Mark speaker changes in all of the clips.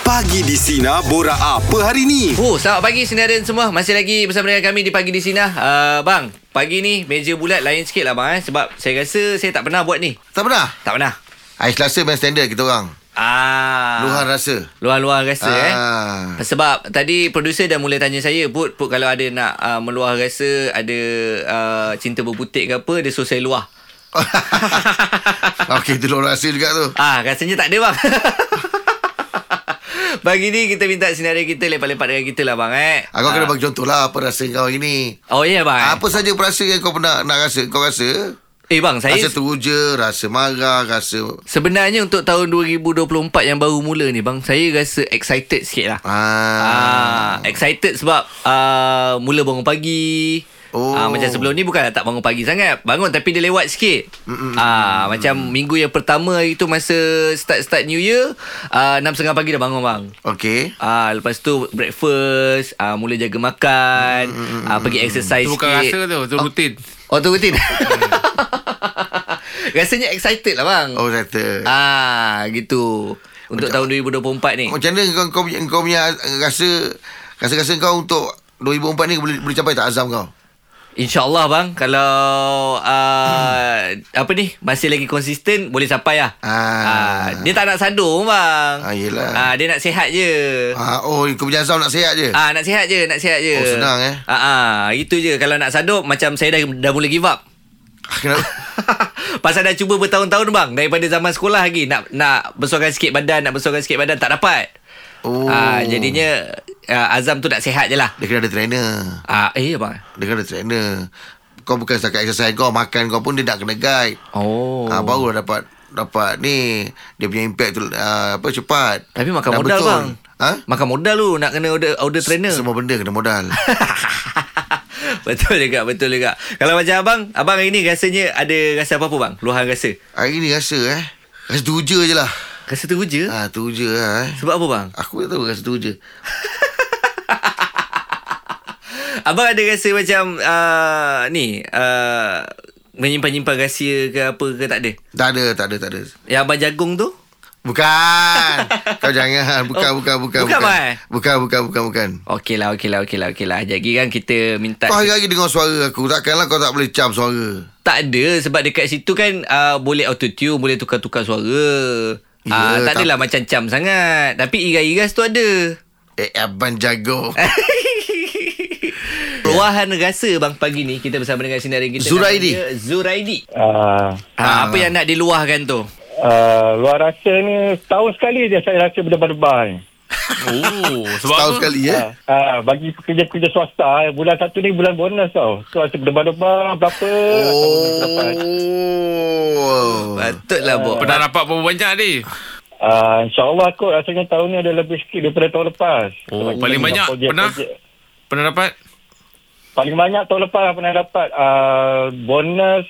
Speaker 1: Pagi di Sina Bora apa hari ni?
Speaker 2: Oh, selamat pagi sinarin semua. Masih lagi bersama dengan kami di pagi di Sina. Uh, bang, pagi ni meja bulat lain sikit lah bang eh. Sebab saya rasa saya tak pernah buat ni.
Speaker 3: Tak pernah?
Speaker 2: Tak pernah.
Speaker 3: Hari Selasa main standard kita orang.
Speaker 2: Ah.
Speaker 3: Luar rasa.
Speaker 2: Luar-luar rasa
Speaker 3: Ah.
Speaker 2: eh. Sebab tadi producer dah mula tanya saya, Put, Put kalau ada nak uh, meluah rasa, ada uh, cinta berputik ke apa, dia suruh saya luah.
Speaker 3: Okey, itu luar rasa juga tu.
Speaker 2: Ah, rasanya tak ada bang. Pagi ni kita minta sinarin kita lepak-lepak dengan kita lah bang eh.
Speaker 3: Aku kena bagi contoh lah apa rasa kau hari ni.
Speaker 2: Oh ya yeah, bang.
Speaker 3: Apa saja perasa yang kau pernah nak rasa? Kau rasa?
Speaker 2: Eh bang, saya
Speaker 3: Rasa teruja, rasa marah, rasa...
Speaker 2: Sebenarnya untuk tahun 2024 yang baru mula ni bang, saya rasa excited sikit lah.
Speaker 3: Ah.
Speaker 2: Ah, excited sebab ah, mula bangun pagi.
Speaker 3: Oh.
Speaker 2: Ah, macam sebelum ni bukanlah tak bangun pagi sangat. Bangun tapi dia lewat sikit. Ah, macam minggu yang pertama hari tu masa start-start new year, ah, 6.30 pagi dah bangun bang.
Speaker 3: Okey.
Speaker 2: Ah, lepas tu breakfast, ah, mula jaga makan, ah, pergi exercise
Speaker 4: Itu bukan
Speaker 2: sikit.
Speaker 4: rasa tu Itu rutin
Speaker 2: Oh, tu rutin. Rasanya excited lah bang.
Speaker 3: Oh, kata.
Speaker 2: Ah, gitu. Untuk tahun 2024 ni.
Speaker 3: Macam mana kau, kau, punya, kau punya rasa... Rasa-rasa kau untuk 2004 ni boleh, boleh capai tak azam kau?
Speaker 2: InsyaAllah bang, kalau uh, apa ni, masih lagi konsisten, boleh sampai lah.
Speaker 3: Ah.
Speaker 2: Ah, dia tak nak sadu bang.
Speaker 3: Ah, yelah.
Speaker 2: Ah, dia nak sihat je.
Speaker 3: Ah, oh, kau punya azam nak sihat je?
Speaker 2: Ah, nak sihat je, nak sihat je.
Speaker 3: Oh, senang, eh?
Speaker 2: Ah, ah, itu je. Kalau nak sadu, macam saya dah, dah mula give up.
Speaker 3: Ah, Kenapa?
Speaker 2: Pasal dah cuba bertahun-tahun bang Daripada zaman sekolah lagi Nak nak besarkan sikit badan Nak besarkan sikit badan Tak dapat
Speaker 3: Oh.
Speaker 2: Ah, Jadinya ah, Azam tu nak sihat je lah
Speaker 3: Dia kena ada trainer.
Speaker 2: Ah, eh bang
Speaker 3: Dia kena trainer Kau bukan setakat exercise kau Makan kau pun dia nak kena guide
Speaker 2: Oh.
Speaker 3: ha, Barulah dapat Dapat ni Dia punya impact tu uh, Apa cepat
Speaker 2: Tapi makan
Speaker 3: Dah
Speaker 2: modal
Speaker 3: betul.
Speaker 2: bang.
Speaker 3: Ha?
Speaker 2: Makan modal lu nak kena order order trainer.
Speaker 3: Semua benda kena modal
Speaker 2: betul juga, betul juga. Kalau macam abang, abang hari ni rasanya ada rasa apa-apa bang? Luahan rasa.
Speaker 3: Hari ni rasa eh Rasa teruja je lah
Speaker 2: Rasa teruja? Ha.
Speaker 3: ha, Teruja lah eh
Speaker 2: Sebab apa bang?
Speaker 3: Aku tak tahu rasa teruja
Speaker 2: Abang ada rasa macam uh, ni uh, menyimpan-nyimpan rahsia ke apa ke tak ada?
Speaker 3: Tak ada tak ada tak ada
Speaker 2: Yang abang jagung tu?
Speaker 3: Bukan Kau jangan Bukan
Speaker 2: Oh,
Speaker 3: bukan bukan
Speaker 2: bukan, Mai?
Speaker 3: Bukan bukan bukan bukan
Speaker 2: Okey lah, okey lah, okey lah, okey lah. Jadi kan kita minta...
Speaker 3: Kau hari-hari dengar suara aku Takkanlah kau tak boleh cam suara
Speaker 2: Tak ada sebab dekat situ kan uh, boleh autotune, boleh tukar-tukar suara.
Speaker 3: Ya,
Speaker 2: Yeah, tak
Speaker 3: tak-
Speaker 2: adalah macam cam sangat. Tapi iras-iras tu ada.
Speaker 3: Eh abang jago
Speaker 2: Luahan rasa bang pagi ni kita bersama dengan sinarin kita
Speaker 3: Zuraidi.
Speaker 2: namanya Zuraidi.
Speaker 5: Ah,
Speaker 2: Ha, apa yang nak diluahkan tu?
Speaker 5: ah, luar rasa ni setahun sekali je saya rasa berdebar-debar ni.
Speaker 4: Oh Sebab
Speaker 3: Tahu
Speaker 4: apa
Speaker 3: sekali eh
Speaker 5: Ah, ah, bagi pekerja-pekerja swasta eh, bulan satu ni bulan bonus tau. So rasa berdebar-debar berapa? Oh.
Speaker 3: Oh.
Speaker 2: Patutlah Bok.
Speaker 4: Pernah dapat berapa banyak ni
Speaker 5: Ah, InsyaAllah kot rasanya tahun ni ada lebih sikit daripada tahun lepas.
Speaker 4: Oh, paling
Speaker 5: kita
Speaker 4: banyak
Speaker 5: projek-
Speaker 4: pernah?
Speaker 5: projek-
Speaker 4: Pernah dapat
Speaker 5: Paling banyak tahun lepas pernah dapat ah, bonus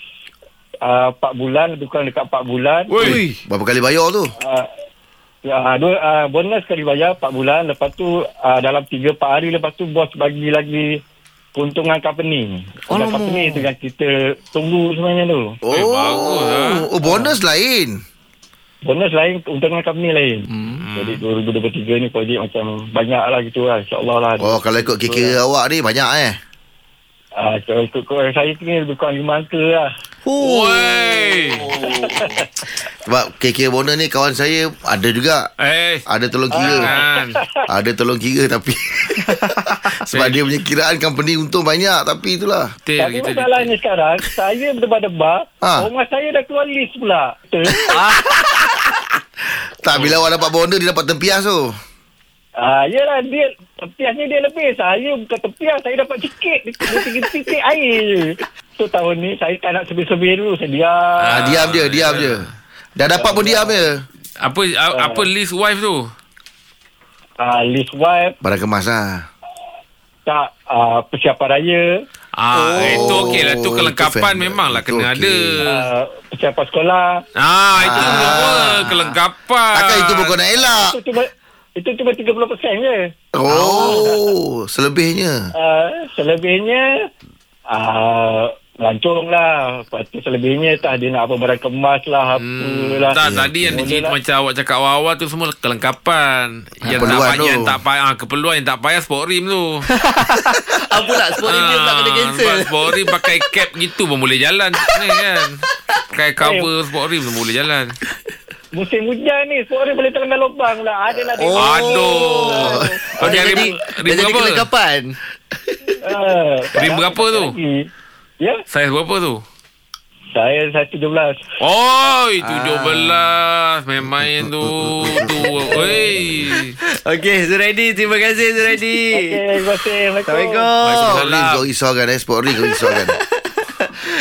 Speaker 5: ah, 4 bulan, lebih kurang dekat 4 bulan.
Speaker 4: Woi
Speaker 3: Berapa kali bayar tu?
Speaker 5: Ah, Ya, ah, dua, ah, bonus sekali bayar 4 bulan. Lepas tu ah, dalam 3-4 hari lepas tu bos bagi lagi keuntungan company.
Speaker 2: Alamak.
Speaker 5: Keuntungan company tu yang kita tunggu sebenarnya tu.
Speaker 3: Oh,
Speaker 4: bagus lah.
Speaker 3: Oh, bonus lain.
Speaker 5: Bonus lain, keuntungan company lain.
Speaker 4: Hmm.
Speaker 5: Jadi 2023 ni projek macam banyak lah gitu lah. InsyaAllah lah.
Speaker 3: Oh, kalau ikut kira-kira awak ni banyak eh.
Speaker 5: Ah, kalau ikut kau, saya ni lebih kurang 5 angka lah.
Speaker 2: Oh.
Speaker 4: Woi
Speaker 3: Sebab kira-kira bonus ni kawan saya ada juga.
Speaker 4: Eh
Speaker 3: Ada tolong kira.
Speaker 4: Kan
Speaker 3: Ada tolong kira tapi sebab dia punya kiraan company untung banyak tapi itulah.
Speaker 4: Tip
Speaker 5: Tapi
Speaker 4: kita
Speaker 5: masalahnya sekarang, saya berdebar-debar,
Speaker 3: Ah.
Speaker 5: rumah saya dah keluar list pula.
Speaker 4: Ah.
Speaker 3: Tak bila awak dapat bonus dia dapat tempias tu.
Speaker 5: Ah, yelah dia tepiasnya dia lebih. Saya bukan tepias, saya dapat sikit. Dia titik-titik air je. So tahun ni saya tak nak sebir-sebir dulu. Saya diam.
Speaker 3: Ah, diam dia,
Speaker 4: ya.
Speaker 3: diam dia. Dah dapat pun diam dia.
Speaker 4: Apa a- apa list wife tu
Speaker 5: Ah, list wife,
Speaker 3: Barang kemas lah.
Speaker 5: tak ah, persiapan raya,
Speaker 4: Ah,
Speaker 3: Oh,
Speaker 4: itu okey lah. Tu
Speaker 3: itu
Speaker 4: kelengkapan
Speaker 3: family.
Speaker 4: memanglah
Speaker 3: Itu
Speaker 4: kena
Speaker 3: okey.
Speaker 4: ada.
Speaker 5: ah, persiapan sekolah.
Speaker 4: Ah, itu
Speaker 3: Ah.
Speaker 4: semua kelengkapan.
Speaker 3: Takkan itu pun kau nak elak.
Speaker 5: Itu cuma itu cuma 30% je.
Speaker 3: Oh, selebihnya.
Speaker 5: Ah, selebihnya ah, melancong lah. Lepas tu selebihnya tak ada nak apa barang kemas lah,
Speaker 4: Hmm.
Speaker 5: apalah.
Speaker 4: Tak, tadi yang dia
Speaker 5: lah.
Speaker 4: cerita macam awak cakap awal-awal tu semua kelengkapan.
Speaker 2: Ah,
Speaker 4: Yang tak
Speaker 3: keperluan
Speaker 4: payah,
Speaker 3: tu.
Speaker 4: yang tak payah, ah, keperluan yang tak payah sport rim tu.
Speaker 2: Apa pula Sport
Speaker 4: Ah,
Speaker 2: review pula kena cancel
Speaker 4: Sebab sport rim pakai cap gitu pun boleh jalan. Ni kan. Pakai cover sport rim pun boleh jalan.
Speaker 5: Musim hujan ni, suara boleh terkena lubang lah. Adalah dia.
Speaker 2: Oh.
Speaker 4: Aduh.
Speaker 2: Oh,
Speaker 4: Pakai
Speaker 2: dah
Speaker 4: rim,
Speaker 2: jadi, dah
Speaker 4: rim
Speaker 2: jadi
Speaker 4: berapa?
Speaker 2: kelengkapan
Speaker 5: Ah,
Speaker 4: Rim berapa tu?
Speaker 5: lagi. Ya,
Speaker 4: Saiz berapa tu?
Speaker 5: saya 112.
Speaker 4: Oh, 17 main-main tu. Tu. Oi.
Speaker 2: Okay Zuraidi Terima kasih Zuraidi
Speaker 5: Okay, terima kasih.
Speaker 2: Assalamualaikum
Speaker 3: Sport ring kau risaukan eh Sport ring kau risaukan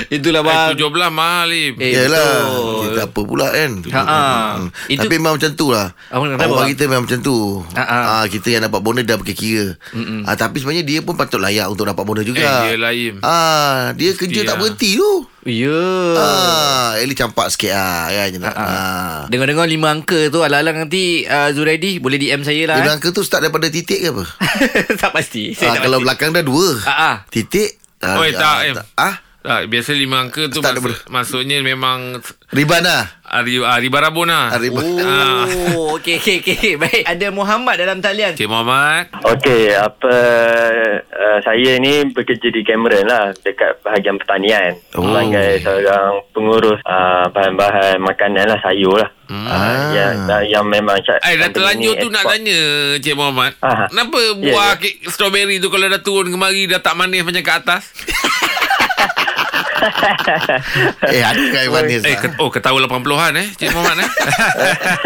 Speaker 2: Itulah
Speaker 4: Eh,
Speaker 2: bang
Speaker 4: 17 mahal Lim.
Speaker 2: Eh,
Speaker 3: Yalah
Speaker 2: betul.
Speaker 3: Kita apa pula kan
Speaker 2: Ha, ha.
Speaker 3: Hmm.
Speaker 2: Itu-
Speaker 3: Tapi memang macam tu lah
Speaker 2: Abang kenapa,
Speaker 3: Orang
Speaker 2: abang?
Speaker 3: kita memang macam tu
Speaker 2: Ha, ha.
Speaker 3: Ah, Kita yang dapat bonus dah berkira ah, Tapi sebenarnya dia pun patut layak Untuk dapat bonus
Speaker 4: Eh,
Speaker 3: juga
Speaker 4: dia lain.
Speaker 3: Ah, Dia kerja tak
Speaker 4: lah.
Speaker 3: berhenti tu
Speaker 2: Ya
Speaker 3: Ah, Eli campak sikit ah, kan. Ah, ah.
Speaker 2: Dengar-dengar lima angka tu Alang-alang nanti uh, Zuraidi boleh DM saya lah
Speaker 3: Dia
Speaker 2: eh.
Speaker 3: bilang ke tu start daripada titik ke apa?
Speaker 2: Tak pasti
Speaker 3: Ah,
Speaker 2: Saya tak
Speaker 3: kalau
Speaker 2: pasti
Speaker 3: belakang dah dua.
Speaker 2: Ah, ah.
Speaker 3: Titik. Ah,
Speaker 4: Oh, eh, tak, Em.
Speaker 3: Ah,
Speaker 4: Tak, biasa lima angka tu
Speaker 3: Tak ada
Speaker 4: maksud, maksudnya memang
Speaker 3: riban lah.
Speaker 4: hari hari barabun lah.
Speaker 3: Ah, riban.
Speaker 2: Oh okay, okay, okay Baik Ada Muhammad dalam talian
Speaker 4: Cik Muhammad.
Speaker 6: Okey, apa uh, saya ni bekerja di Cameron lah dekat bahagian pertanian
Speaker 3: Oh.
Speaker 6: oh. sebagai seorang pengurus uh, bahan-bahan makanan lah sayur lah. Hmm. Uh,
Speaker 3: Ah.
Speaker 6: yang, yang memang
Speaker 4: Eh, dah terlanjur tu nak tanya Cik Muhammad.
Speaker 6: Ah.
Speaker 4: Kenapa
Speaker 6: Ya,
Speaker 4: buah
Speaker 6: ya.
Speaker 4: kek strawberry tu kalau dah turun kemari dah tak manis macam kat atas?
Speaker 3: Eh, ada kain manis.
Speaker 4: Eh,
Speaker 3: Eh,
Speaker 4: ke, oh, ketawa 80-an eh, Cik Muhammad eh.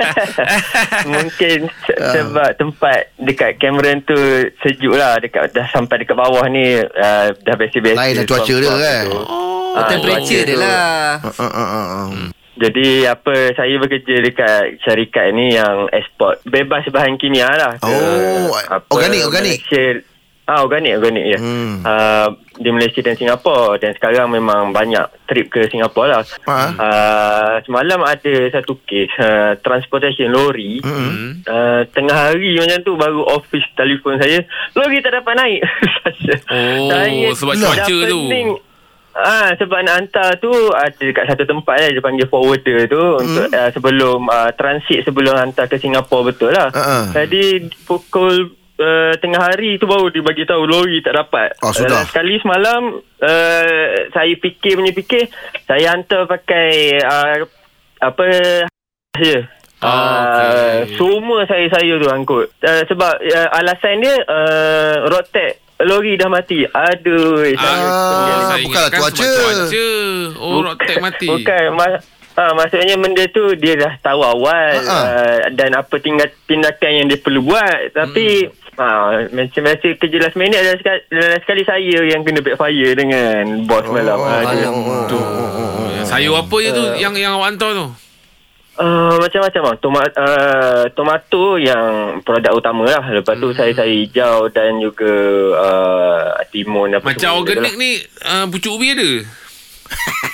Speaker 6: Mungkin se-
Speaker 3: Ah.
Speaker 6: sebab tempat dekat Cameron tu sejuk lah dekat dah sampai dekat bawah ni uh, dah biasa-biasa.
Speaker 3: Lain lah cuaca dia, kan?
Speaker 4: oh.
Speaker 2: Oh,
Speaker 6: Ah,
Speaker 2: temperature
Speaker 6: cuaca
Speaker 2: dia
Speaker 6: tu.
Speaker 2: lah
Speaker 3: ah, ah, ah, ah.
Speaker 6: Jadi apa saya bekerja dekat syarikat ni yang export bebas bahan kimia lah. ke
Speaker 3: Oh, organik, organik.
Speaker 6: Malaysia. Ah organik organik ya.
Speaker 3: Hmm.
Speaker 6: Hmm. Uh, di Malaysia dan Singapura dan sekarang memang banyak trip ke Singapura lah.
Speaker 3: Ah.
Speaker 6: Uh, semalam ada satu kes uh, transportation lori.
Speaker 3: Hmm.
Speaker 6: Hmm. Uh, tengah hari macam tu baru office telefon saya, lori tak dapat naik.
Speaker 4: Oh, sebab
Speaker 6: dah
Speaker 4: cuaca tu.
Speaker 6: pening. Ah sebab nak hantar tu ada dekat satu tempat lah dia panggil forwarder tu hmm. untuk uh, sebelum uh, transit sebelum hantar ke Singapura betul lah.
Speaker 3: Ha-ha.
Speaker 6: Jadi pukul uh, tengah hari tu baru dia bagi tahu lori tak dapat.
Speaker 3: Ah, sudah.
Speaker 6: Uh, sekali semalam uh, saya fikir punya fikir saya hantar pakai uh, apa je.
Speaker 4: Ah,
Speaker 6: Ah,
Speaker 4: okey.
Speaker 6: semua saya-saya tu angkut. Uh, sebab uh, alasan dia uh, road tax lori dah mati. Aduh. saya
Speaker 3: Ah,
Speaker 6: terpening.
Speaker 4: saya
Speaker 3: bukanlah
Speaker 4: ingatkan
Speaker 3: cuaca.
Speaker 4: sebab Cuaca. Oh, rock tag mati.
Speaker 6: Bukan ma- ha, Maksudnya benda tu Dia dah tahu awal
Speaker 3: Ha, ha.
Speaker 6: uh-huh. uh, Dan apa tinggal tindakan yang dia perlu buat Tapi ha, Macam-macam kerja last minute Dan sekali, dan sekali saya yang kena backfire Dengan bos oh, malam ha, dia,
Speaker 3: alamak.
Speaker 4: Ah, Sayur apa je
Speaker 6: eh,
Speaker 4: tu yang yang awak hantar tu?
Speaker 6: uh, Macam-macam lah Toma- uh, Tomato yang produk utama lah Lepas tu saya-saya hijau Dan juga uh, Timun apa
Speaker 4: Macam
Speaker 6: semua benda tu
Speaker 4: organik
Speaker 6: lah.
Speaker 4: ni uh, pucuk ubi ada?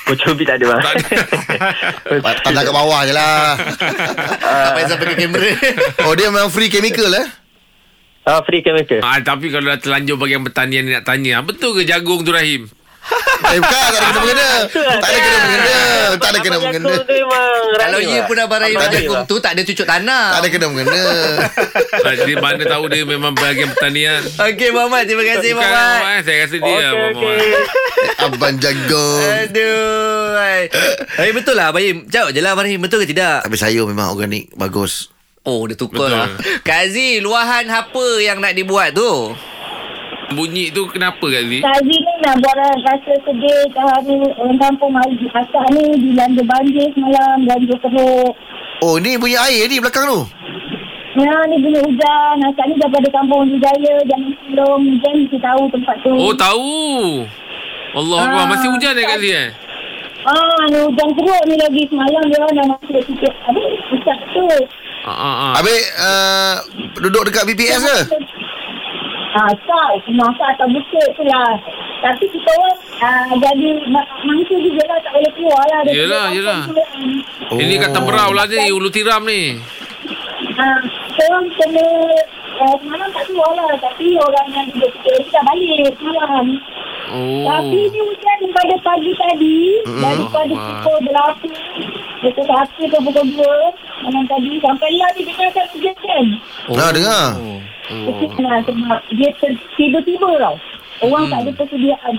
Speaker 6: Kocobi tak ada bang
Speaker 4: Tak ada.
Speaker 3: Tanda kat bawah je lah.
Speaker 2: Tak payah sampai ke kamera
Speaker 3: Oh, dia memang free chemical eh?
Speaker 6: Ah, Free chemical
Speaker 4: Ah, tapi kalau dah terlanjur bagian pertanian ni nak tanya, Ah, betul ke jagung tu Rahim?
Speaker 3: Eh, bukan. Tak ada kena-mengena. Tak ada kena-mengena. Tak ada kena-mengena.
Speaker 2: Kalau you pun abang Rahim
Speaker 6: Abang
Speaker 2: Jagung
Speaker 6: Rahim
Speaker 2: tu Tak ada cucuk
Speaker 3: lah. Tak
Speaker 2: tanah
Speaker 3: ada kena-mengena.
Speaker 4: Ah, dia mana tahu dia memang bahagian pertanian.
Speaker 2: Okay Muhammad Terima kasih
Speaker 4: Bukan
Speaker 2: Muhammad
Speaker 4: Muhammad. eh. Saya rasa dia
Speaker 6: Okey,
Speaker 4: okay, Muhammad.
Speaker 6: okey.
Speaker 3: Abang jagung.
Speaker 2: Aduh Rahim betul lah Abang Rahim Jawab je lah Abang Rahim Betul ke tidak
Speaker 3: Tapi sayur memang organik. Bagus.
Speaker 2: Oh dia tukar
Speaker 4: Betul.
Speaker 2: lah Kak Aziz Luahan apa yang nak dibuat tu
Speaker 4: Bunyi tu kenapa Kak Zik?
Speaker 7: Kazi ni nak buat rasa sedih kerana orang kampung hari asal ni dilanda banjir semalam, banjir teruk.
Speaker 3: Oh, ni punya air ni belakang tu.
Speaker 7: Ya, ni bunyi hujan. Asal ni daripada kampung Jaya, jangan sebelum hujan kita tahu tempat tu.
Speaker 4: Oh tahu. Allah
Speaker 7: Ah,
Speaker 4: Allah. Masih hujan eh Kak Zik eh?
Speaker 7: Ah, ni hujan teruk ni lagi semalam dia orang dah masuk sikit. Habis, pusat tu.
Speaker 4: Ah, ah, ah.
Speaker 3: Habis uh, duduk dekat BPS ke?
Speaker 7: Ah, tak. Masa atas bukit tu lah. Tapi kita orang ah, jadi ma- mangsa juga lah. Tak boleh keluar lah. Dia
Speaker 4: Yelah,
Speaker 7: keluar
Speaker 4: yelah.
Speaker 7: kampung tu.
Speaker 4: Ini kat Temberau lah ni. Ulu Tiram ni.
Speaker 7: Ah, Korang kena ah, uh, Semalam tak keluar lah Tapi orang yang duduk Kita dah balik Semalam
Speaker 4: Oh.
Speaker 7: Tapi ni hujan daripada pagi tadi mm. Daripada
Speaker 4: Allah.
Speaker 7: pukul berapa Pukul satu ke pukul dua Malam tadi Sampai lah dia dengar kat kan? kejadian
Speaker 3: Oh. Nah, dengar. Oh.
Speaker 7: Mungkin lah sebab Dia ter- tiba-tiba tau Orang tak ada persediaan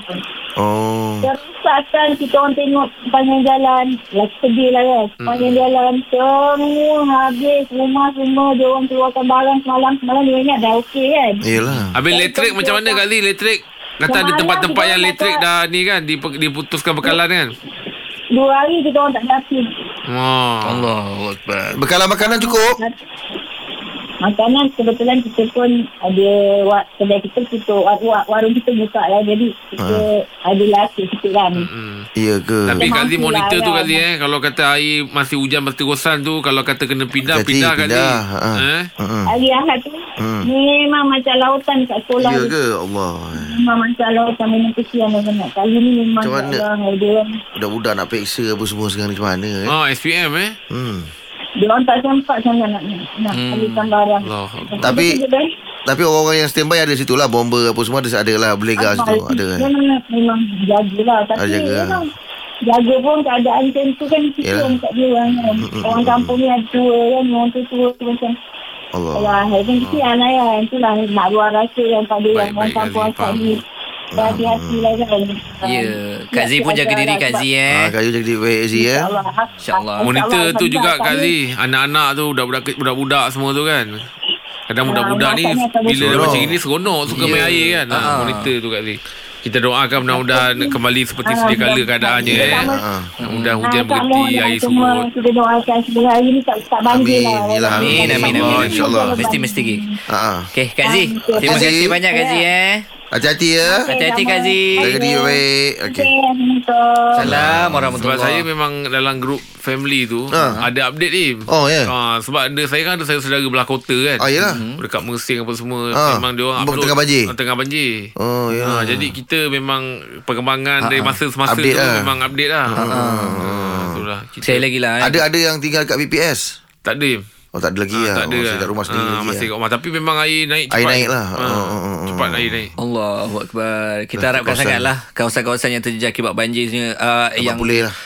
Speaker 3: Hmm. Oh.
Speaker 7: Dah rusakkan Kita orang tengok Sepanjang jalan Lah sedih lah kan
Speaker 3: Hmm.
Speaker 7: Sepanjang jalan Semua habis Rumah semua Dia orang keluarkan barang Semalam Semalam dia ingat dah okey kan
Speaker 3: Yelah.
Speaker 4: Habis elektrik macam mana Kak Lee Elektrik Kata ada
Speaker 7: Semalam
Speaker 4: tempat-tempat
Speaker 7: kita
Speaker 4: yang
Speaker 7: orang
Speaker 4: elektrik
Speaker 7: dapat-
Speaker 4: dah ni kan dipe- Diputuskan bekalan kan
Speaker 7: Dua hari kita orang tak dapat
Speaker 4: Wah
Speaker 2: Allah Akbar.
Speaker 3: Bekalan makanan cukup.
Speaker 7: Makanan kebetulan kita pun ada wa- kedai kita tutup wa- wa- warung kita buka lah jadi kita
Speaker 3: Ah.
Speaker 7: ada laci sikit kan.
Speaker 3: Hmm, Iya ke?
Speaker 4: Tapi
Speaker 7: Kita
Speaker 4: Kak Lee
Speaker 7: mampu
Speaker 4: monitor
Speaker 7: lah,
Speaker 4: tu
Speaker 7: kan?
Speaker 4: Kak Lee eh Kalau kata air masih hujan berterusan tu Kalau kata kena pindah
Speaker 3: Hati-hati,
Speaker 4: Pindah Kak Lee
Speaker 3: pindah. Ha.
Speaker 4: Eh?
Speaker 3: Mm-mm.
Speaker 7: Hari Ahad tu
Speaker 3: Hmm.
Speaker 7: memang macam lautan kat sekolah
Speaker 3: Iya
Speaker 7: tu.
Speaker 3: ke? Allah.
Speaker 7: Memang macam lautan memang kesian lah sangat. Kali ni memang
Speaker 3: Macam mana?
Speaker 7: tak orang dia orang
Speaker 3: Budak-budak nak periksa apa semua sekarang ni macam mana eh?
Speaker 4: Oh SPM eh
Speaker 3: Hmm.
Speaker 7: dia orang tak sempat sangat nak nak hmm. alihkan barang.
Speaker 4: Allah
Speaker 3: Tapi-
Speaker 7: Kita dah-
Speaker 3: Tapi orang-orang yang standby ada situ lah Bomber apa semua ada, ada lah Boleh gas tu Ada kan
Speaker 7: Memang, memang jagalah. Tapi
Speaker 3: Ah, jaga.
Speaker 7: memang jaga pun keadaan macam tu kan kita
Speaker 3: Yalah. Hmm,
Speaker 7: orang tak diorang kan. Orang kampung ni ada tua kan. Orang tu tua tu macam.
Speaker 3: Allah Hmm.
Speaker 7: Alah, kan kesian lah kan. Itulah nak luar rasa yang pada
Speaker 4: Baik,
Speaker 7: yang orang
Speaker 4: baik,
Speaker 7: kampung
Speaker 4: Aziz,
Speaker 7: asal
Speaker 3: Hmm,
Speaker 4: faham.
Speaker 7: ni. Hati-hati lah kan.
Speaker 2: Ya, Kak Z pun jaga diri Kak Z eh.
Speaker 3: ha, Kayu jadi baik Zee eh
Speaker 2: InsyaAllah.
Speaker 4: Monitor tu juga Kak Lee Anak-anak tu Budak-budak budak-budak semua tu kan Kadang
Speaker 7: Ah,
Speaker 4: budak-budak ni
Speaker 7: makannya akan
Speaker 4: Bila dah
Speaker 3: berseronok.
Speaker 4: macam ini Seronok Suka main air kan ha,
Speaker 2: Ah.
Speaker 4: Monitor tu Kak Lee Kita doakan mudah-mudahan
Speaker 7: Ah.
Speaker 4: Kembali seperti sedia kala keadaannya eh.
Speaker 7: Sama-
Speaker 3: ha.
Speaker 4: Mudah-mudahan
Speaker 7: Ah,
Speaker 4: hujan berhenti Air
Speaker 7: semua
Speaker 4: surut
Speaker 7: Kita doakan sebelum hari ni tak, tak banjir
Speaker 3: Amin,
Speaker 7: lah.
Speaker 3: yelah.
Speaker 2: Amin, amin, amin.
Speaker 3: Allah, insyaAllah.
Speaker 2: Mesti, mesti. Ki.
Speaker 3: Ha, ha.
Speaker 2: Okey, Kak Z.
Speaker 7: Terima Ya.
Speaker 2: Terima
Speaker 3: kasih.
Speaker 2: kasih banyak Kak Z eh.
Speaker 3: Hati-hati ya
Speaker 2: Hati-hati, Kak Z.
Speaker 3: Jaga diri baik
Speaker 4: Ah,
Speaker 7: Okay.
Speaker 3: Okey
Speaker 7: Assalamualaikum.
Speaker 2: Salam
Speaker 4: Sebab saya
Speaker 2: warahmatullahi
Speaker 4: memang Dalam grup family tu
Speaker 3: Ah.
Speaker 4: Ada update ni
Speaker 3: Oh, ya.
Speaker 4: Ah, Sebab ada Saya kan ada saya saudara belah kota kan
Speaker 3: Ah, yelah.
Speaker 4: Mhm. Dekat Mersing apa semua
Speaker 3: Ah.
Speaker 4: Memang dia orang
Speaker 3: Bukan
Speaker 4: upload-
Speaker 3: tengah banjir?
Speaker 4: Ah, Tengah banjir
Speaker 3: Oh ya Ha,
Speaker 4: Ha, jadi kita memang perkembangan dari masa semasa
Speaker 3: Update
Speaker 4: tu
Speaker 3: lah.
Speaker 4: memang update lah. Ha. itulah. Kita
Speaker 2: Saya lagi lah eh.
Speaker 3: Ah. Ada ada yang tinggal kat BPS
Speaker 4: tak ada.
Speaker 3: Oh tak ada lagi
Speaker 4: Ah,
Speaker 3: lah
Speaker 4: tak ada.
Speaker 3: oh, Masih kat rumah sendiri
Speaker 4: Ah,
Speaker 3: lagi
Speaker 4: masih
Speaker 3: ya.
Speaker 4: kat rumah tapi memang air naik cepat.
Speaker 3: Air naik lah.
Speaker 4: Ah,
Speaker 3: Oh, oh, oh, oh.
Speaker 4: cepat air naik.
Speaker 2: Allahu Akbar. Kita harapkan
Speaker 3: kawasan.
Speaker 2: sangatlah kawasan-kawasan yang terjejas akibat banjirnya uh,
Speaker 3: Yang
Speaker 2: yang
Speaker 3: boleh lah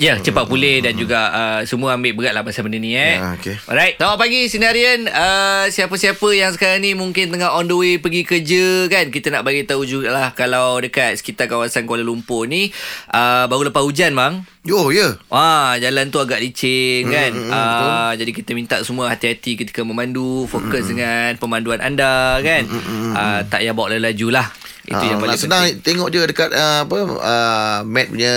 Speaker 2: Ya, cepat pulih dan juga uh, semua ambil berat lah pasal benda ni eh.
Speaker 3: Ya, okey.
Speaker 2: Alright, selamat pagi Sinarian. Uh, siapa-siapa yang sekarang ni mungkin tengah on the way pergi kerja kan, kita nak bagi tahu jugalah kalau dekat sekitar kawasan Kuala Lumpur ni uh, baru lepas hujan bang.
Speaker 3: Yo ya Mm,
Speaker 2: Ah, jalan tu agak licin kan. ah, jadi kita minta semua hati-hati ketika memandu, fokus
Speaker 3: Mm,
Speaker 2: dengan pemanduan anda kan. ah, tak payah bawa laju lah. Itu
Speaker 3: Ah,
Speaker 2: yang paling
Speaker 3: Nak senang
Speaker 2: penting.
Speaker 3: tengok je dekat ah, apa ah, Map punya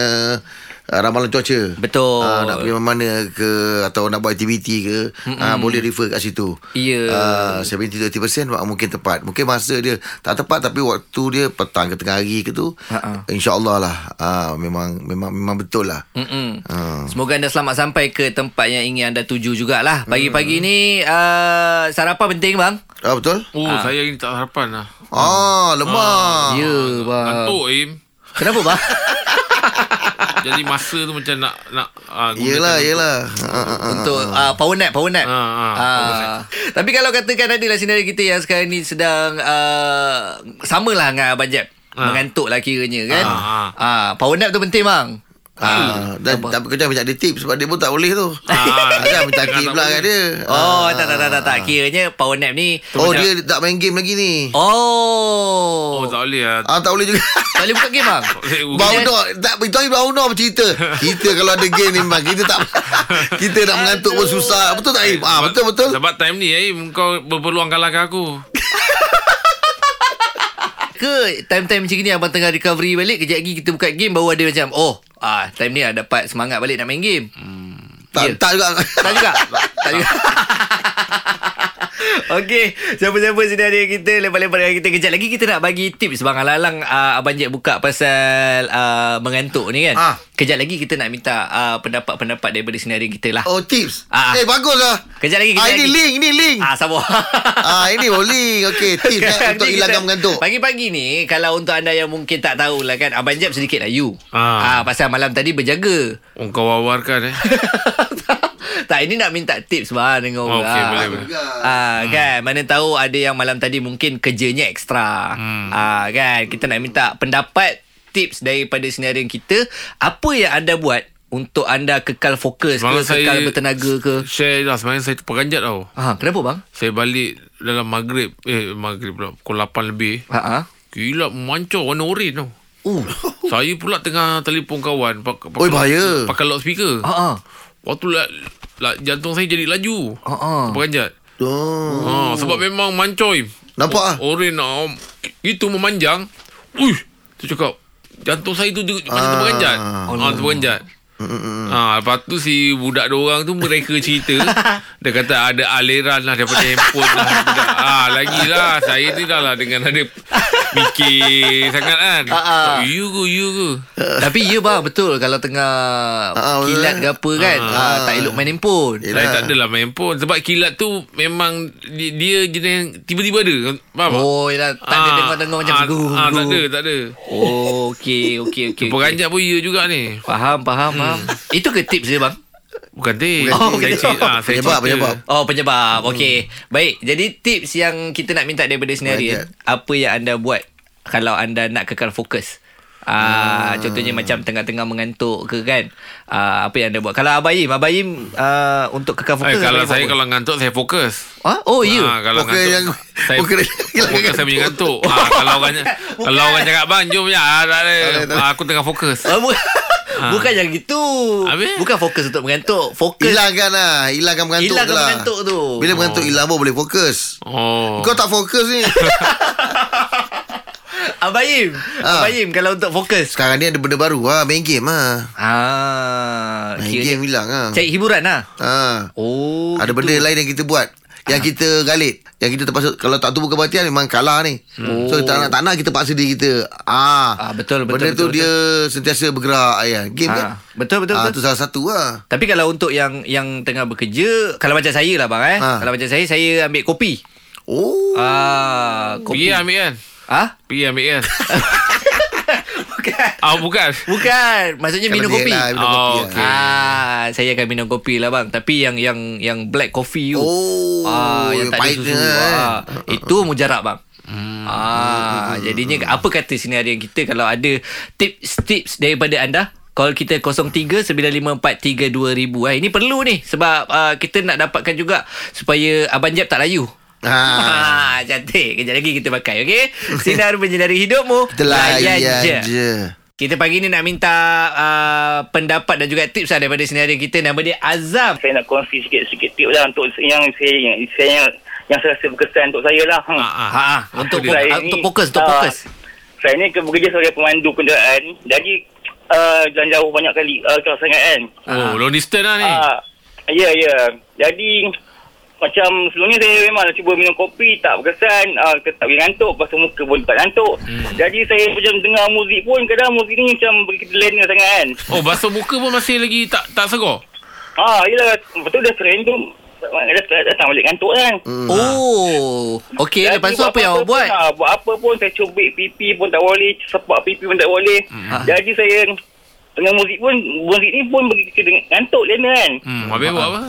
Speaker 3: ah, ramalan cuaca
Speaker 2: Betul.
Speaker 3: Ah, nak pergi mana ke atau nak buat aktiviti ke ah, boleh refer kat situ
Speaker 2: Ya.
Speaker 3: Ah, 70-30% wak- mungkin tepat mungkin masa dia tak tepat tapi waktu dia petang ke tengah hari ke tu
Speaker 2: Ha-ha.
Speaker 3: insyaallah lah ah, memang memang memang betul lah
Speaker 2: Mm-mm.
Speaker 3: Ah.
Speaker 2: Semoga anda selamat sampai eh, ke tempat yang ingin anda tuju jugalah.
Speaker 3: Hmm.
Speaker 2: Pagi-pagi ni uh, sarapan penting bang.
Speaker 3: ah, betul
Speaker 4: Oh, saya ni tak harapan lah.
Speaker 3: ah
Speaker 2: Ya
Speaker 3: lemah
Speaker 2: bang.
Speaker 4: Ngantuk eh. Im.
Speaker 2: Kenapa bang?
Speaker 4: Jadi masa tu macam nak nak ah, gunakan
Speaker 3: yelah
Speaker 4: untuk-
Speaker 3: yelah Ah, ah, ah.
Speaker 2: Untuk uh, power nap, power nap.
Speaker 4: Ah, ah, power
Speaker 2: Ah. Tapi kalau katakan adalah sinari kita yang sekarang ni sedang uh, samalah dengan Abang Jeb. Mengantuk lah kiranya kan.
Speaker 4: Ah,
Speaker 2: Ah, power nap tu penting bang.
Speaker 3: Ah, dan
Speaker 2: Apa?
Speaker 3: tapi kerja banyak ada tips sebab dia pun tak boleh tu.
Speaker 4: Ah,
Speaker 3: Ah, jangan
Speaker 4: jangan
Speaker 3: minta
Speaker 4: tak boleh.
Speaker 3: kiblat kat dia.
Speaker 2: Oh,
Speaker 3: Ah.
Speaker 2: tak, tak, tak, tak, tak. Kiranya power nap ni
Speaker 3: Oh, dia tak main game lagi ni.
Speaker 2: Oh.
Speaker 4: Oh, tak boleh lah.
Speaker 3: Ah, tak boleh juga.
Speaker 2: Tak boleh buka game bang.
Speaker 3: Bau Noh tak itu hari Bau Noh bercerita. Kita kalau ada game ni memang kita tak kita nak mengantuk pun susah. Betul tak Im? Ah betul betul.
Speaker 4: Sebab time ni Im kau berpeluang kalahkan aku.
Speaker 2: Ke time-time macam ni Abang tengah recovery balik Kejap lagi kita buka game Baru ada macam Oh ah Time ni lah dapat semangat balik Nak main game
Speaker 3: Tak
Speaker 2: Ya.
Speaker 3: tak juga.
Speaker 2: Tak juga Tak juga Okey Siapa-siapa sudah ada kita Lepas-lepas dengan kita Kejap lagi kita nak bagi tips Bang Alang-alang uh, Abang Jack buka pasal uh, Mengantuk ni kan
Speaker 3: Ah.
Speaker 2: Kejap lagi kita nak minta uh, Pendapat-pendapat daripada sinari kita lah
Speaker 3: Oh tips.
Speaker 2: Ah.
Speaker 3: Eh bagus lah.
Speaker 2: Kejap lagi,
Speaker 3: Ah
Speaker 2: kejap
Speaker 3: ini
Speaker 2: lagi.
Speaker 3: link, ini link.
Speaker 2: Ah sabar
Speaker 3: Ah ini oh link. Okey, tips eh,
Speaker 2: Sekarang
Speaker 3: untuk
Speaker 2: ni
Speaker 3: hilangkan
Speaker 2: Kan, kita-
Speaker 3: mengantuk.
Speaker 2: Pagi-pagi ni Kalau untuk anda yang mungkin tak tahulah kan Abang Jeb sedikit lah you ah.
Speaker 4: Ah.
Speaker 2: Pasal malam tadi berjaga
Speaker 4: Oh, kau wawarkan eh.
Speaker 2: tak, ini nak minta tips bah dengan orang.
Speaker 4: Okey, boleh,
Speaker 3: boleh.
Speaker 2: Ah, kan, mana tahu ada yang malam tadi mungkin kerjanya ekstra. Ah, kan, kita nak minta pendapat tips daripada senarian kita. Apa yang anda buat untuk anda kekal fokus ke,
Speaker 4: Semalam
Speaker 2: kekal bertenaga ke?
Speaker 4: Share lah Semalam saya terperanjat tau
Speaker 2: Ha, kenapa bang?
Speaker 4: Saya balik dalam maghrib Eh maghrib pula Pukul 8 lebih
Speaker 2: Ha ah.
Speaker 4: Gila mancur warna oren tau
Speaker 2: Uh.
Speaker 4: Saya pula tengah telefon kawan pak, pak,
Speaker 3: Oi, bahaya.
Speaker 4: Pakai loudspeaker
Speaker 2: Ha ah.
Speaker 4: Waktu lah, lah, jantung saya jadi laju
Speaker 2: Ha ah.
Speaker 4: Terperanjat
Speaker 3: Oh.
Speaker 4: ha, Sebab memang mancoi
Speaker 3: Nampak ah?
Speaker 4: Oren um, Itu memanjang Ui Tu cakap Jantung saya tu dia, dia macam
Speaker 3: Ah.
Speaker 4: terperanjat Ah, terperanjat Ha, lepas tu si budak orang tu mereka cerita Dia kata ada aliran lah daripada handphone lah daripada, ha, Lagilah saya ni dah lah dengan ada mikir sangat kan
Speaker 2: Ah, ah.
Speaker 4: You ke you ke
Speaker 2: Tapi ya bang betul kalau tengah uh,
Speaker 3: Ah,
Speaker 2: kilat ke apa kan uh, uh, tak elok main handphone.
Speaker 3: Yelah.
Speaker 4: Saya tak adalah main handphone Sebab kilat tu memang dia, dia jenis yang tiba-tiba ada Faham tak?
Speaker 2: Oh yalah tak ada
Speaker 4: Ah,
Speaker 2: dengar-dengar macam
Speaker 4: ah,
Speaker 2: guru.
Speaker 4: ah, Tak ada, tak ada
Speaker 2: Oh okey okey okey. okey.
Speaker 4: Peranjat pun ya juga ni
Speaker 2: Faham faham faham. Hmm. Itu ke tips dia bang?
Speaker 4: Bukan tip.
Speaker 2: Oh, bukan
Speaker 4: saya
Speaker 2: tip.
Speaker 4: cerita. Ah, saya
Speaker 3: Penyebab,
Speaker 4: cerita.
Speaker 3: penyebab.
Speaker 2: Oh penyebab. Okey. Baik. Jadi tips yang kita nak minta daripada senarian apa yang anda buat kalau anda nak kekal fokus. Ah, contohnya macam tengah-tengah mengantuk ke kan. Ah, apa yang anda buat? Kalau Abayim, Abayim ah, untuk kekal
Speaker 4: Eh,
Speaker 2: fokus.
Speaker 4: kalau
Speaker 2: Abayim
Speaker 4: saya
Speaker 2: buat apa?
Speaker 4: kalau ngantuk saya fokus.
Speaker 2: Ah, oh ya.
Speaker 4: Ah, kalau
Speaker 3: Fokus
Speaker 4: ngantuk
Speaker 3: yang-
Speaker 4: saya
Speaker 3: fokus
Speaker 4: fokus,
Speaker 3: yang
Speaker 4: saya punya ngantuk.
Speaker 3: ngantuk.
Speaker 4: ah, kalau orang kalau orang cakap bang jom ya ah, tak ada.
Speaker 3: Tak ada.
Speaker 4: Ah, aku tengah fokus.
Speaker 2: Ah, bu- Bukan yang gitu
Speaker 4: Habis?
Speaker 2: Bukan fokus untuk mengantuk Fokus
Speaker 3: Hilangkan lah Hilangkan mengantuk
Speaker 2: Hilangkan
Speaker 3: tu lah
Speaker 2: mengantuk tu.
Speaker 3: Bila mengantuk hilang pun boleh fokus
Speaker 4: Oh.
Speaker 3: Kau tak fokus ni
Speaker 2: Abayim
Speaker 3: Ah.
Speaker 2: Abayim kalau untuk fokus
Speaker 3: Sekarang ni ada benda baru ha, Main game ha.
Speaker 2: Ah,
Speaker 3: Main
Speaker 2: kira
Speaker 3: game hilang ha.
Speaker 2: Cari hiburan lah
Speaker 3: ha.
Speaker 2: Oh Ah.
Speaker 3: Ada benda lain yang kita buat Yang kita galit Yang kita terpaksa Kalau tak tu kebatian Memang kalah ni hmm. So tak nak, tak nak kita paksa diri kita
Speaker 2: Ah,
Speaker 3: ah,
Speaker 2: betul, betul, betul,
Speaker 3: Benda tu
Speaker 2: betul.
Speaker 3: dia Sentiasa bergerak ayah. Game
Speaker 2: Ah,
Speaker 3: kan
Speaker 2: betul, betul,
Speaker 3: Ah,
Speaker 2: betul.
Speaker 3: Itu salah satu lah
Speaker 2: Tapi kalau untuk yang yang tengah bekerja Kalau macam saya lah bang eh
Speaker 3: Ah.
Speaker 2: Kalau macam saya Saya ambil kopi
Speaker 3: Oh
Speaker 2: Ah,
Speaker 4: Pergi
Speaker 2: Kopi
Speaker 4: ambil kan.
Speaker 2: Ah?
Speaker 4: Pergi ambil kan.
Speaker 2: Bukan
Speaker 4: ah bukan.
Speaker 2: Bukan Maksudnya
Speaker 3: Kalau
Speaker 2: minum
Speaker 3: dia
Speaker 2: kopi
Speaker 3: lah,
Speaker 4: Oh,
Speaker 3: Minum kopi
Speaker 4: okey.
Speaker 3: lah.
Speaker 2: Ah, saya akan minum kopi lah bang. Tapi yang yang yang black coffee tu.
Speaker 3: Oh,
Speaker 2: Ah, yang tak ada
Speaker 3: pahitnya
Speaker 2: susu.
Speaker 3: kan.
Speaker 2: Ah, itu mujarab bang. Ah, jadinya apa kata sinarian kita kalau ada tips-tips daripada anda? Call kita 03-9543-2000 eh, Ini perlu ni Sebab uh, kita nak dapatkan juga Supaya Abang Jeb tak layu ah.
Speaker 3: Ah.
Speaker 2: Cantik Kejap lagi kita pakai okay? Sinar menyinari hidupmu
Speaker 3: Kita layan je,
Speaker 2: kita pagi ni nak minta uh, pendapat dan juga tips lah daripada senario kita. Nama dia Azam.
Speaker 8: Saya nak kongsi sikit-sikit tip lah untuk yang saya yang, saya yang, yang saya rasa berkesan untuk saya lah.
Speaker 4: Ah,
Speaker 8: Hmm.
Speaker 4: ah.
Speaker 2: Ha, untuk
Speaker 4: Apa dia?
Speaker 2: fo-
Speaker 8: Saya
Speaker 2: untuk
Speaker 8: ni,
Speaker 2: fokus, untuk
Speaker 8: ah,
Speaker 2: fokus.
Speaker 8: Saya ni ke- bekerja sebagai pemandu kenderaan. Jadi uh, jalan jauh banyak kali uh, kalau sangat kan.
Speaker 4: Oh, long distance lah ni.
Speaker 8: Ah, ya, ya. Jadi macam sebelum ni saya memang dah cuba minum kopi tak berkesan uh, tak boleh ngantuk pasal muka pun tak ngantuk
Speaker 4: Hmm.
Speaker 8: jadi saya macam dengar muzik pun kadang muzik ni macam bagi kita lena sangat kan
Speaker 4: Oh, basuh muka pun masih lagi tak tak segar.
Speaker 8: ah yelah lepas tu dah trend tu dah datang balik ngantuk kan
Speaker 2: Oh, Hmm. okey.
Speaker 8: Jadi,
Speaker 2: Lepas tu apa yang awak
Speaker 8: pun,
Speaker 2: buat?
Speaker 8: ah, buat apa pun saya cubit pipi pun tak boleh sepak pipi pun tak boleh
Speaker 4: Hmm.
Speaker 2: Ah.
Speaker 8: jadi saya dengan muzik pun muzik ni pun bagi kita dengar- ngantuk lena kan Ya,
Speaker 4: Hmm, habis buat apa?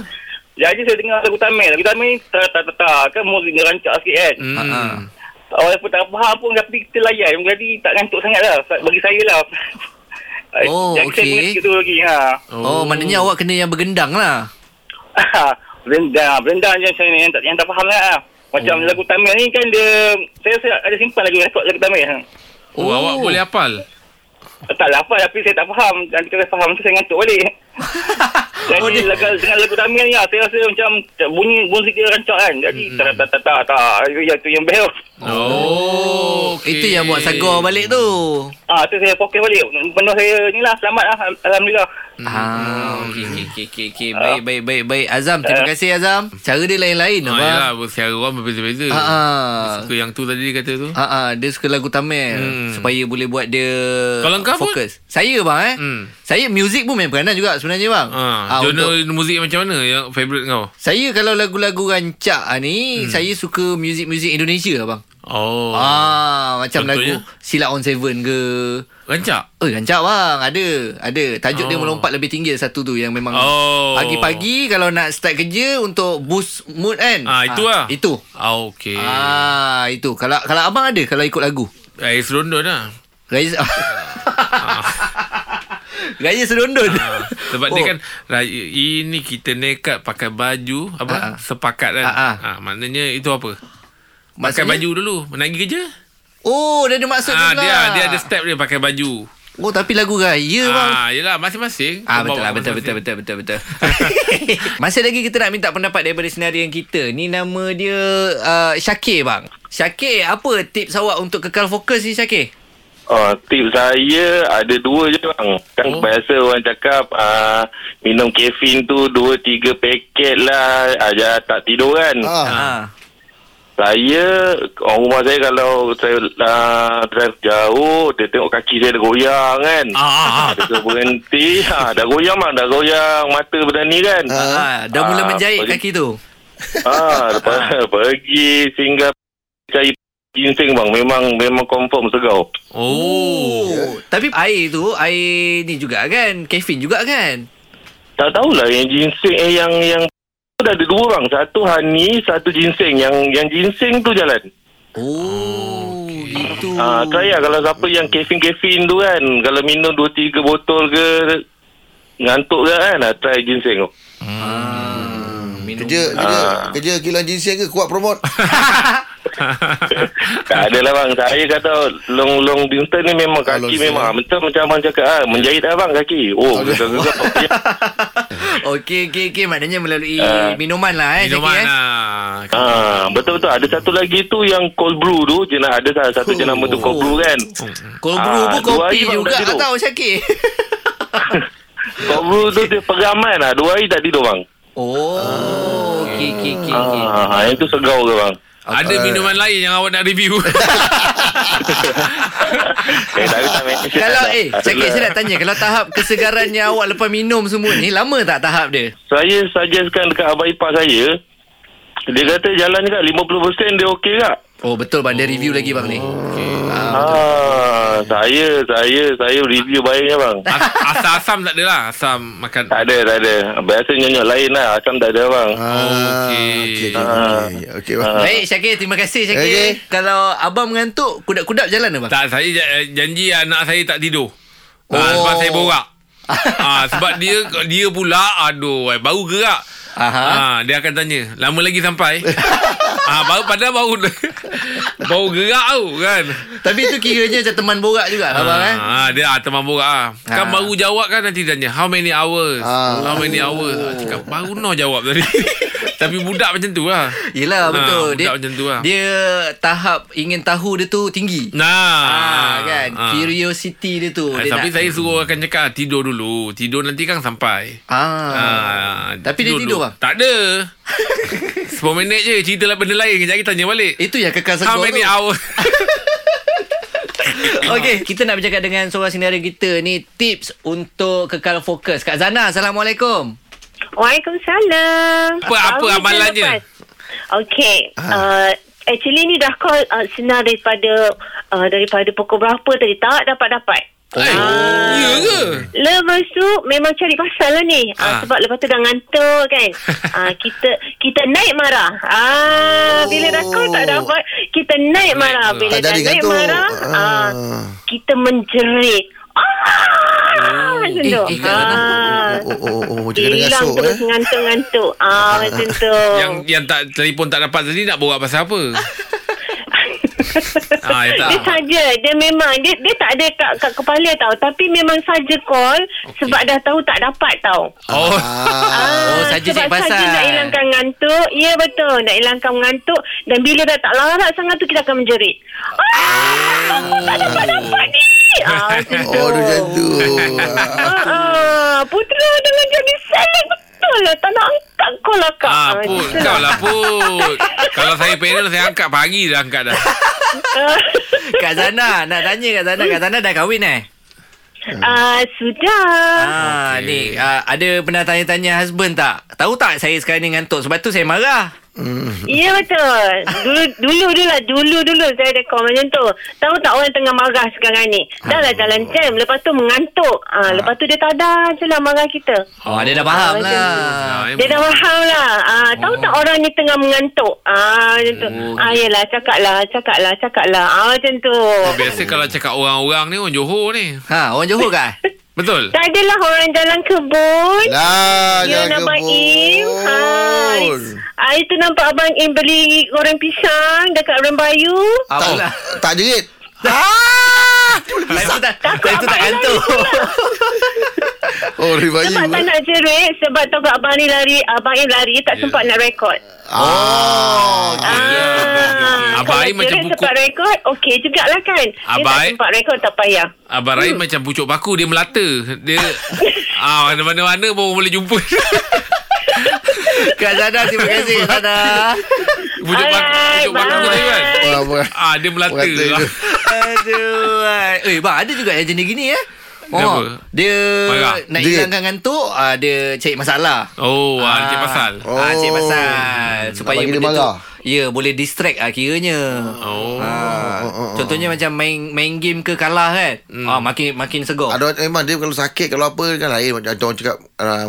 Speaker 8: Jadi saya dengar lagu Tamil. Lagu Tamil ni tak tak tak ta, kan muzik dia rancak sikit kan. Hmm.
Speaker 4: Hmm.
Speaker 2: Ha.
Speaker 8: Walaupun tak faham pun tapi kita layan. Jadi tak ngantuk sangat lah. Bagi saya lah.
Speaker 2: Oh,
Speaker 8: Jadi
Speaker 2: okey.
Speaker 8: saya mengerti tu lagi. Ha.
Speaker 2: Oh, maknanya awak kena yang bergendang lah.
Speaker 8: Berendang. Berendang Ha. je macam ni yang tak, yang tak faham lah. Macam
Speaker 4: Oh.
Speaker 8: lagu Tamil ni kan dia... Saya, saya ada simpan lagu rekod lagu Tamil. ha.
Speaker 4: Oh, awak boleh hafal.
Speaker 8: Tak lah apa tapi saya tak faham. Nanti kalau faham tu saya ngantuk balik. Jadi
Speaker 2: Oh,
Speaker 8: oh,
Speaker 2: dia-
Speaker 8: lagu, dengan lagu Tamil ni lah, saya rasa macam bunyi bunyi dia rancak kan. Jadi tak tak tak tak tak. Ya tu yang best.
Speaker 4: Oh, okey.
Speaker 2: Itu yang buat sagar balik tu.
Speaker 8: Ah, tu saya poket balik. Benda saya ni lah, selamat lah. Alhamdulillah.
Speaker 4: Hmm.
Speaker 2: Ah, okey, okey, okey, okey, okey. Baik, baik, baik, baik. Azam, terima kasih Azam. Cara dia lain-lain,
Speaker 4: Eh. Ah,
Speaker 2: abang.
Speaker 4: yalah, secara orang berbeza-beza.
Speaker 2: Ah, ah.
Speaker 4: Suka yang tu tadi dia kata tu.
Speaker 2: Ha ah, dia suka lagu Tamil hmm.
Speaker 4: Hmm.
Speaker 2: supaya boleh buat dia
Speaker 4: Kalau kau pun?
Speaker 2: fokus. Saya bang eh. Hmm.
Speaker 4: Hmm.
Speaker 2: Saya muzik pun main peranan juga sebenarnya bang. Ah,
Speaker 4: Ha,
Speaker 2: untuk-
Speaker 4: genre muzik macam mana yang favorite kau?
Speaker 2: saya kalau lagu-lagu rancak ah, ni hmm. saya suka muzik-muzik Indonesia abang.
Speaker 4: Oh.
Speaker 2: Ah, macam
Speaker 4: Contohnya?
Speaker 2: lagu Silat on Seven ke.
Speaker 4: Rancak.
Speaker 2: Oh, rancak bang. Ada. Ada. Tajuk oh. dia
Speaker 4: Oh.
Speaker 2: melompat lebih tinggi satu tu yang memang
Speaker 4: Oh.
Speaker 2: pagi-pagi kalau nak start kerja untuk boost mood kan.
Speaker 4: Ah, itu lah.
Speaker 2: Itu.
Speaker 4: Ah, okay.
Speaker 2: Ah, itu. Kalau kalau abang ada kalau ikut lagu.
Speaker 4: Air serundut lah.
Speaker 2: Raya Raya serondon. Ah.
Speaker 4: Sebab oh. dia kan raya, Ini kita nekat pakai baju Apa?
Speaker 2: Ah, ah.
Speaker 4: Sepakat kan
Speaker 2: Ah, ah.
Speaker 4: Ah, Maknanya itu apa? Pakai
Speaker 2: Maksudnya?
Speaker 4: baju dulu Nak pergi kerja
Speaker 2: Oh, dia ada maksud
Speaker 4: ah,
Speaker 2: juga.
Speaker 4: dia, dia ada step dia pakai baju
Speaker 2: Oh, tapi lagu raya bang.
Speaker 4: ah, Yelah masing-masing
Speaker 2: Ah betul
Speaker 4: Kau bawa
Speaker 2: lah betul betul betul
Speaker 4: masing-masing.
Speaker 2: betul betul. Masih lagi kita nak minta pendapat daripada senarian kita. Ni nama dia uh, Syakir bang. Syakir, apa tips awak untuk kekal fokus ni Syakir?
Speaker 9: Oh, tip saya ada dua je bang. Kan
Speaker 4: Oh.
Speaker 9: oh. biasa orang cakap uh, minum kafein tu dua tiga paket lah aja tak tidur kan.
Speaker 3: Ha.
Speaker 2: Ha. Ah.
Speaker 9: Saya orang rumah saya kalau saya uh, drive jauh dia tengok kaki saya dah goyang kan.
Speaker 4: Ah, ah, ah.
Speaker 9: Dia suruh berhenti ha, Dah goyang bang Dah goyang Mata benda ni kan
Speaker 2: Ah, dah mula
Speaker 9: Ah,
Speaker 2: menjahit kaki
Speaker 9: bagi-
Speaker 2: tu.
Speaker 9: ha, lepas,
Speaker 2: Ah.
Speaker 9: Pergi Sehingga Cari ginseng bang Memang Memang confirm segau
Speaker 4: Oh
Speaker 2: Tapi air tu, air ni juga kan, kafein juga kan.
Speaker 9: Tak tahulah yang ginseng eh, yang yang tu dah ada dua bang. Satu honey, satu ginseng. Yang yang ginseng tu jalan.
Speaker 2: Oh, gitu.
Speaker 9: Ah, try lah kalau siapa yang kefin-kefin tu kan. Kalau minum dua tiga botol ke ngantuk ke kan, ah, try ginseng tu. Ah.
Speaker 2: Ah, minum.
Speaker 3: Kerja kerja kerja kilang ginseng ke kuat promote.
Speaker 9: tak ada lah bang. Saya kata long long distance ni memang
Speaker 3: Kalau
Speaker 9: kaki
Speaker 3: saya-
Speaker 9: memang ah, betul macam abang cakap ah, menjahit lah bang kaki. Oh, gegar-gegar.
Speaker 2: Okey, okey, okey. Maknanya melalui
Speaker 9: Ah.
Speaker 2: minuman lah eh.
Speaker 4: Minuman
Speaker 2: Syakir, eh.
Speaker 4: lah
Speaker 9: Ah, betul betul ada satu lagi tu yang cold brew tu jenah ada salah satu jenama tu cold brew kan.
Speaker 2: Cold brew
Speaker 9: Ah,
Speaker 2: pun
Speaker 9: dua
Speaker 2: kopi
Speaker 9: air bang,
Speaker 2: juga
Speaker 9: dah tidur.
Speaker 2: atau Syakir?
Speaker 9: Kau bro tu dia peraman lah. Dua hari tak tidur bang.
Speaker 2: Oh, okey okey okey okey.
Speaker 9: Ah, yang tu segau ke bang?
Speaker 4: Ada
Speaker 2: Eh.
Speaker 4: minuman lain yang awak nak review
Speaker 9: Eh, tak tak mention.
Speaker 2: Kalau eh, cakap saya nak tanya kalau tahap kesegaran yang awak lepas minum semua ni lama tak tahap dia?
Speaker 9: Saya suggestkan dekat abang ipar saya. Dia kata jalan kat 50% dia okey kak.
Speaker 2: Oh, betul bang dia review lagi bang ni.
Speaker 9: Oh. Ah, saya saya saya review baiknya bang.
Speaker 4: As- Asam-asam tak ada lah Asam makan
Speaker 9: Tak ada, tak ada. Biasa nyonyok lain lah. Asam tak ada bang. Ah,
Speaker 4: Okey.
Speaker 3: Okey. Okey. Okey. bang.
Speaker 2: Baik Syakir, terima kasih Syakir.
Speaker 3: Okey.
Speaker 2: Kalau abang mengantuk, kudak-kudak jalan ke bang?
Speaker 4: Tak, saya ja- eh, janji anak saya tak tidur. Oh.
Speaker 2: Oh.
Speaker 4: Ha, sebab saya borak. ha, sebab dia dia pula aduh eh, baru gerak.
Speaker 2: Aha.
Speaker 4: Ha, dia akan tanya, lama lagi sampai? ha, baru padahal baru baru Oh, gerak tu kan.
Speaker 2: Tapi itu kiranya macam teman borak juga lah abang eh.
Speaker 4: ha, dia ah, teman borak ah.
Speaker 2: Ah.
Speaker 4: Kan baru jawab kan nanti tanya, how many hours? How
Speaker 3: Ah.
Speaker 4: many hours? Ah, cakap baru no jawab tadi. Tapi budak macam tu lah.
Speaker 2: Yelah betul.
Speaker 4: Ha,
Speaker 2: dia,
Speaker 4: budak macam tu lah.
Speaker 2: dia tahap ingin tahu dia tu tinggi.
Speaker 4: Nah.
Speaker 2: Ah, kan.
Speaker 4: Ah.
Speaker 2: Curiosity dia tu.
Speaker 4: Ah,
Speaker 2: dia
Speaker 4: tapi
Speaker 2: nak-
Speaker 4: saya suruh akan cakap tidur dulu. Tidur nanti kan sampai.
Speaker 2: Ah. Tapi dia tidur
Speaker 4: dulu.
Speaker 2: bang.
Speaker 4: Tak ada. 10 minit je cerita lah benda lain. Kejap kita tanya balik.
Speaker 2: Itu yang kekal
Speaker 4: How
Speaker 2: segar
Speaker 4: many
Speaker 2: tu.
Speaker 4: hours?
Speaker 2: Okey, kita nak bercakap dengan seorang sinaran kita ni tips untuk kekal fokus. Kak Zana, Assalamualaikum.
Speaker 10: Waalaikumsalam.
Speaker 4: Apa- apa
Speaker 10: Baru je
Speaker 4: amalannya?
Speaker 10: lepas. Okey. Uh, actually ni dah call uh, senar daripada uh, daripada pukul berapa tadi tak dapat-dapat. Ah.
Speaker 4: Eh, ya ke?
Speaker 10: Lepas tu memang cari pasal lah ni.
Speaker 4: Ah.
Speaker 10: Ah. sebab lepas tu dah ngantuk kan. ah, kita kita naik marah. Ah bila dah call tak dapat kita naik marah.
Speaker 4: marah.
Speaker 10: Bila
Speaker 3: Tak
Speaker 10: dah
Speaker 3: jadi
Speaker 10: naik
Speaker 3: gantung.
Speaker 10: marah ah.
Speaker 3: Ah.
Speaker 10: kita menjerit. Ah, macam
Speaker 2: Eh,
Speaker 10: tu.
Speaker 2: eh, Kak Lana.
Speaker 10: Ah.
Speaker 3: Oh oh oh oh jaga dengan
Speaker 10: Hilang
Speaker 3: esok eh.
Speaker 10: terus ngantuk-ngantuk. Ah, macam tu.
Speaker 4: Yang yang tak telefon tak dapat tadi nak borak pasal apa? ah, ya tak.
Speaker 10: Dia saja Dia memang Dia dia tak ada kat, kat kepala tau Tapi memang saja call okay. Sebab dah tahu tak dapat tau
Speaker 4: Oh.
Speaker 3: Ah.
Speaker 2: Oh, saja
Speaker 10: Sebab
Speaker 2: cek pasal.
Speaker 10: saja nak hilangkan ngantuk Ya betul Nak hilangkan ngantuk Dan bila dah tak larat sangat tu Kita akan menjerit Ah, Aku tak dapat-dapat ni ah, macam tu.
Speaker 3: Oh, dia macam tu.
Speaker 10: Ah, ah, Putera dengan jadi salad Betul lah Tak nak angkat call lah kak
Speaker 4: Ah,
Speaker 10: macam
Speaker 4: put.
Speaker 10: tu
Speaker 4: Kau lah put. Kalau saya panel, saya angkat pagi dah angkat dah.
Speaker 2: Kak Zana, nak tanya Kak Zana. Kak Zana dah kahwin eh?
Speaker 10: Ah, Sudah
Speaker 2: Ah,
Speaker 4: Okey.
Speaker 2: ni. ah, ada pernah tanya-tanya husband tak? Tahu tak saya sekarang ni ngantuk sebab tu saya marah.
Speaker 10: Ya betul. Dulu dulu dulu lah dulu dulu saya rekod macam tu. Tahu tak orang tengah marah sekarang ni. Dah lah jalan jam lepas tu mengantuk. Ah ha, lepas tu dia tadah je lah marah kita.
Speaker 2: Oh, dia dah faham
Speaker 10: macam
Speaker 2: lah.
Speaker 4: Ah,
Speaker 10: Dia dah faham lah. Ah, tahu tak orang ni tengah mengantuk. Ah macam tu.
Speaker 4: Oh.
Speaker 10: Ah yelah cakap lah cakap lah cakap lah. Ah macam tu.
Speaker 4: Oh, Biasa kalau cakap orang-orang ni Orang Johor ni
Speaker 2: Ha, orang Johor kan?
Speaker 4: Betul?
Speaker 10: Tak adalah orang jalan kebun.
Speaker 3: Lah,
Speaker 10: Ya,
Speaker 3: jangan
Speaker 10: nama Im. Ha,
Speaker 3: kebun.
Speaker 10: hari tu nampak abang Im beli goreng pisang dekat Rembayu.
Speaker 2: Apa
Speaker 3: Tak,
Speaker 2: lah?
Speaker 3: tak jerit.
Speaker 4: Ah,
Speaker 2: Lain tu tak, lain tu tak gantung.
Speaker 3: Oh, ribayu.
Speaker 10: Sebab tak nak jerit, sebab tahu kat abang ni lari, abang Im lari,
Speaker 3: Ya.
Speaker 10: tak sempat nak rekod.
Speaker 3: Ah, Oh,
Speaker 10: Ah,
Speaker 4: Abang
Speaker 10: kalau
Speaker 4: Im macam
Speaker 10: jerit
Speaker 4: buku-
Speaker 10: sempat rekod, okey jugalah kan. Dia
Speaker 4: Abang
Speaker 10: tak
Speaker 4: Im-
Speaker 10: sempat rekod, tak payah.
Speaker 4: Abang
Speaker 3: Hmm.
Speaker 4: Rahim macam pucuk paku Dia melata Dia ah, Mana-mana pun boleh jumpa
Speaker 2: Kak Zana, terima kasih Zana.
Speaker 4: Pucuk paku
Speaker 10: Alright,
Speaker 4: Pucuk paku
Speaker 10: bye.
Speaker 4: tadi kan
Speaker 3: apa?
Speaker 4: Ah, dia melata,
Speaker 3: Melata
Speaker 4: lah.
Speaker 3: dia.
Speaker 2: Aduh. ai. Eh, bang, ada juga yang jenis gini eh. Oh,
Speaker 4: Kenapa?
Speaker 2: dia
Speaker 4: Marah.
Speaker 2: nak
Speaker 3: Dia-
Speaker 2: hilangkan ngantuk, ah, dia cari masalah.
Speaker 4: Oh, ah, cik pasal.
Speaker 2: Oh. Ah, cik pasal supaya
Speaker 3: bagi Oh. dia
Speaker 2: benda tu
Speaker 3: marah.
Speaker 2: ya boleh distract ah kiranya.
Speaker 4: Oh.
Speaker 2: Ah, contohnya macam main main game ke kalah kan.
Speaker 4: Hmm.
Speaker 2: Ah makin makin segar.
Speaker 3: Ada orang- memang dia kalau sakit kalau apa kan lain macam macam orang cakap uh,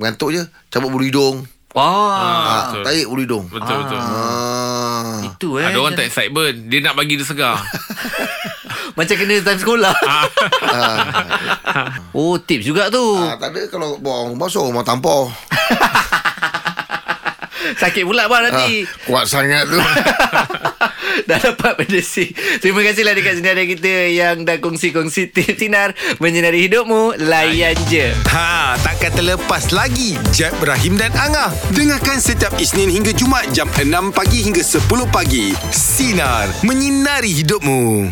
Speaker 3: mengantuk je cabut bulu hidung.
Speaker 2: Wah.
Speaker 3: Ah,
Speaker 4: betul.
Speaker 3: tarik bulu hidung.
Speaker 4: Betul, betul.
Speaker 3: Ah.
Speaker 2: Itu eh.
Speaker 4: Ada orang tak excitement. Dia nak bagi dia segar.
Speaker 2: macam kena time sekolah.
Speaker 1: Ah.
Speaker 2: oh, tips juga tu.
Speaker 3: Ah, tak ada kalau buang rumah sorang rumah tampar.
Speaker 2: Sakit pula bang
Speaker 3: Ah,
Speaker 2: nanti.
Speaker 3: kuat sangat tu.
Speaker 2: dah dapat berdesi Terima kasihlah dekat sinaran kita Yang dah kongsi-kongsi tips sinar Menyinari hidupmu Layan je
Speaker 1: Ha, takkan terlepas lagi Jeb, Ibrahim dan Angah. Dengarkan setiap Isnin hingga Jumaat jam 6 pagi hingga 10 pagi. Sinar, menyinari hidupmu.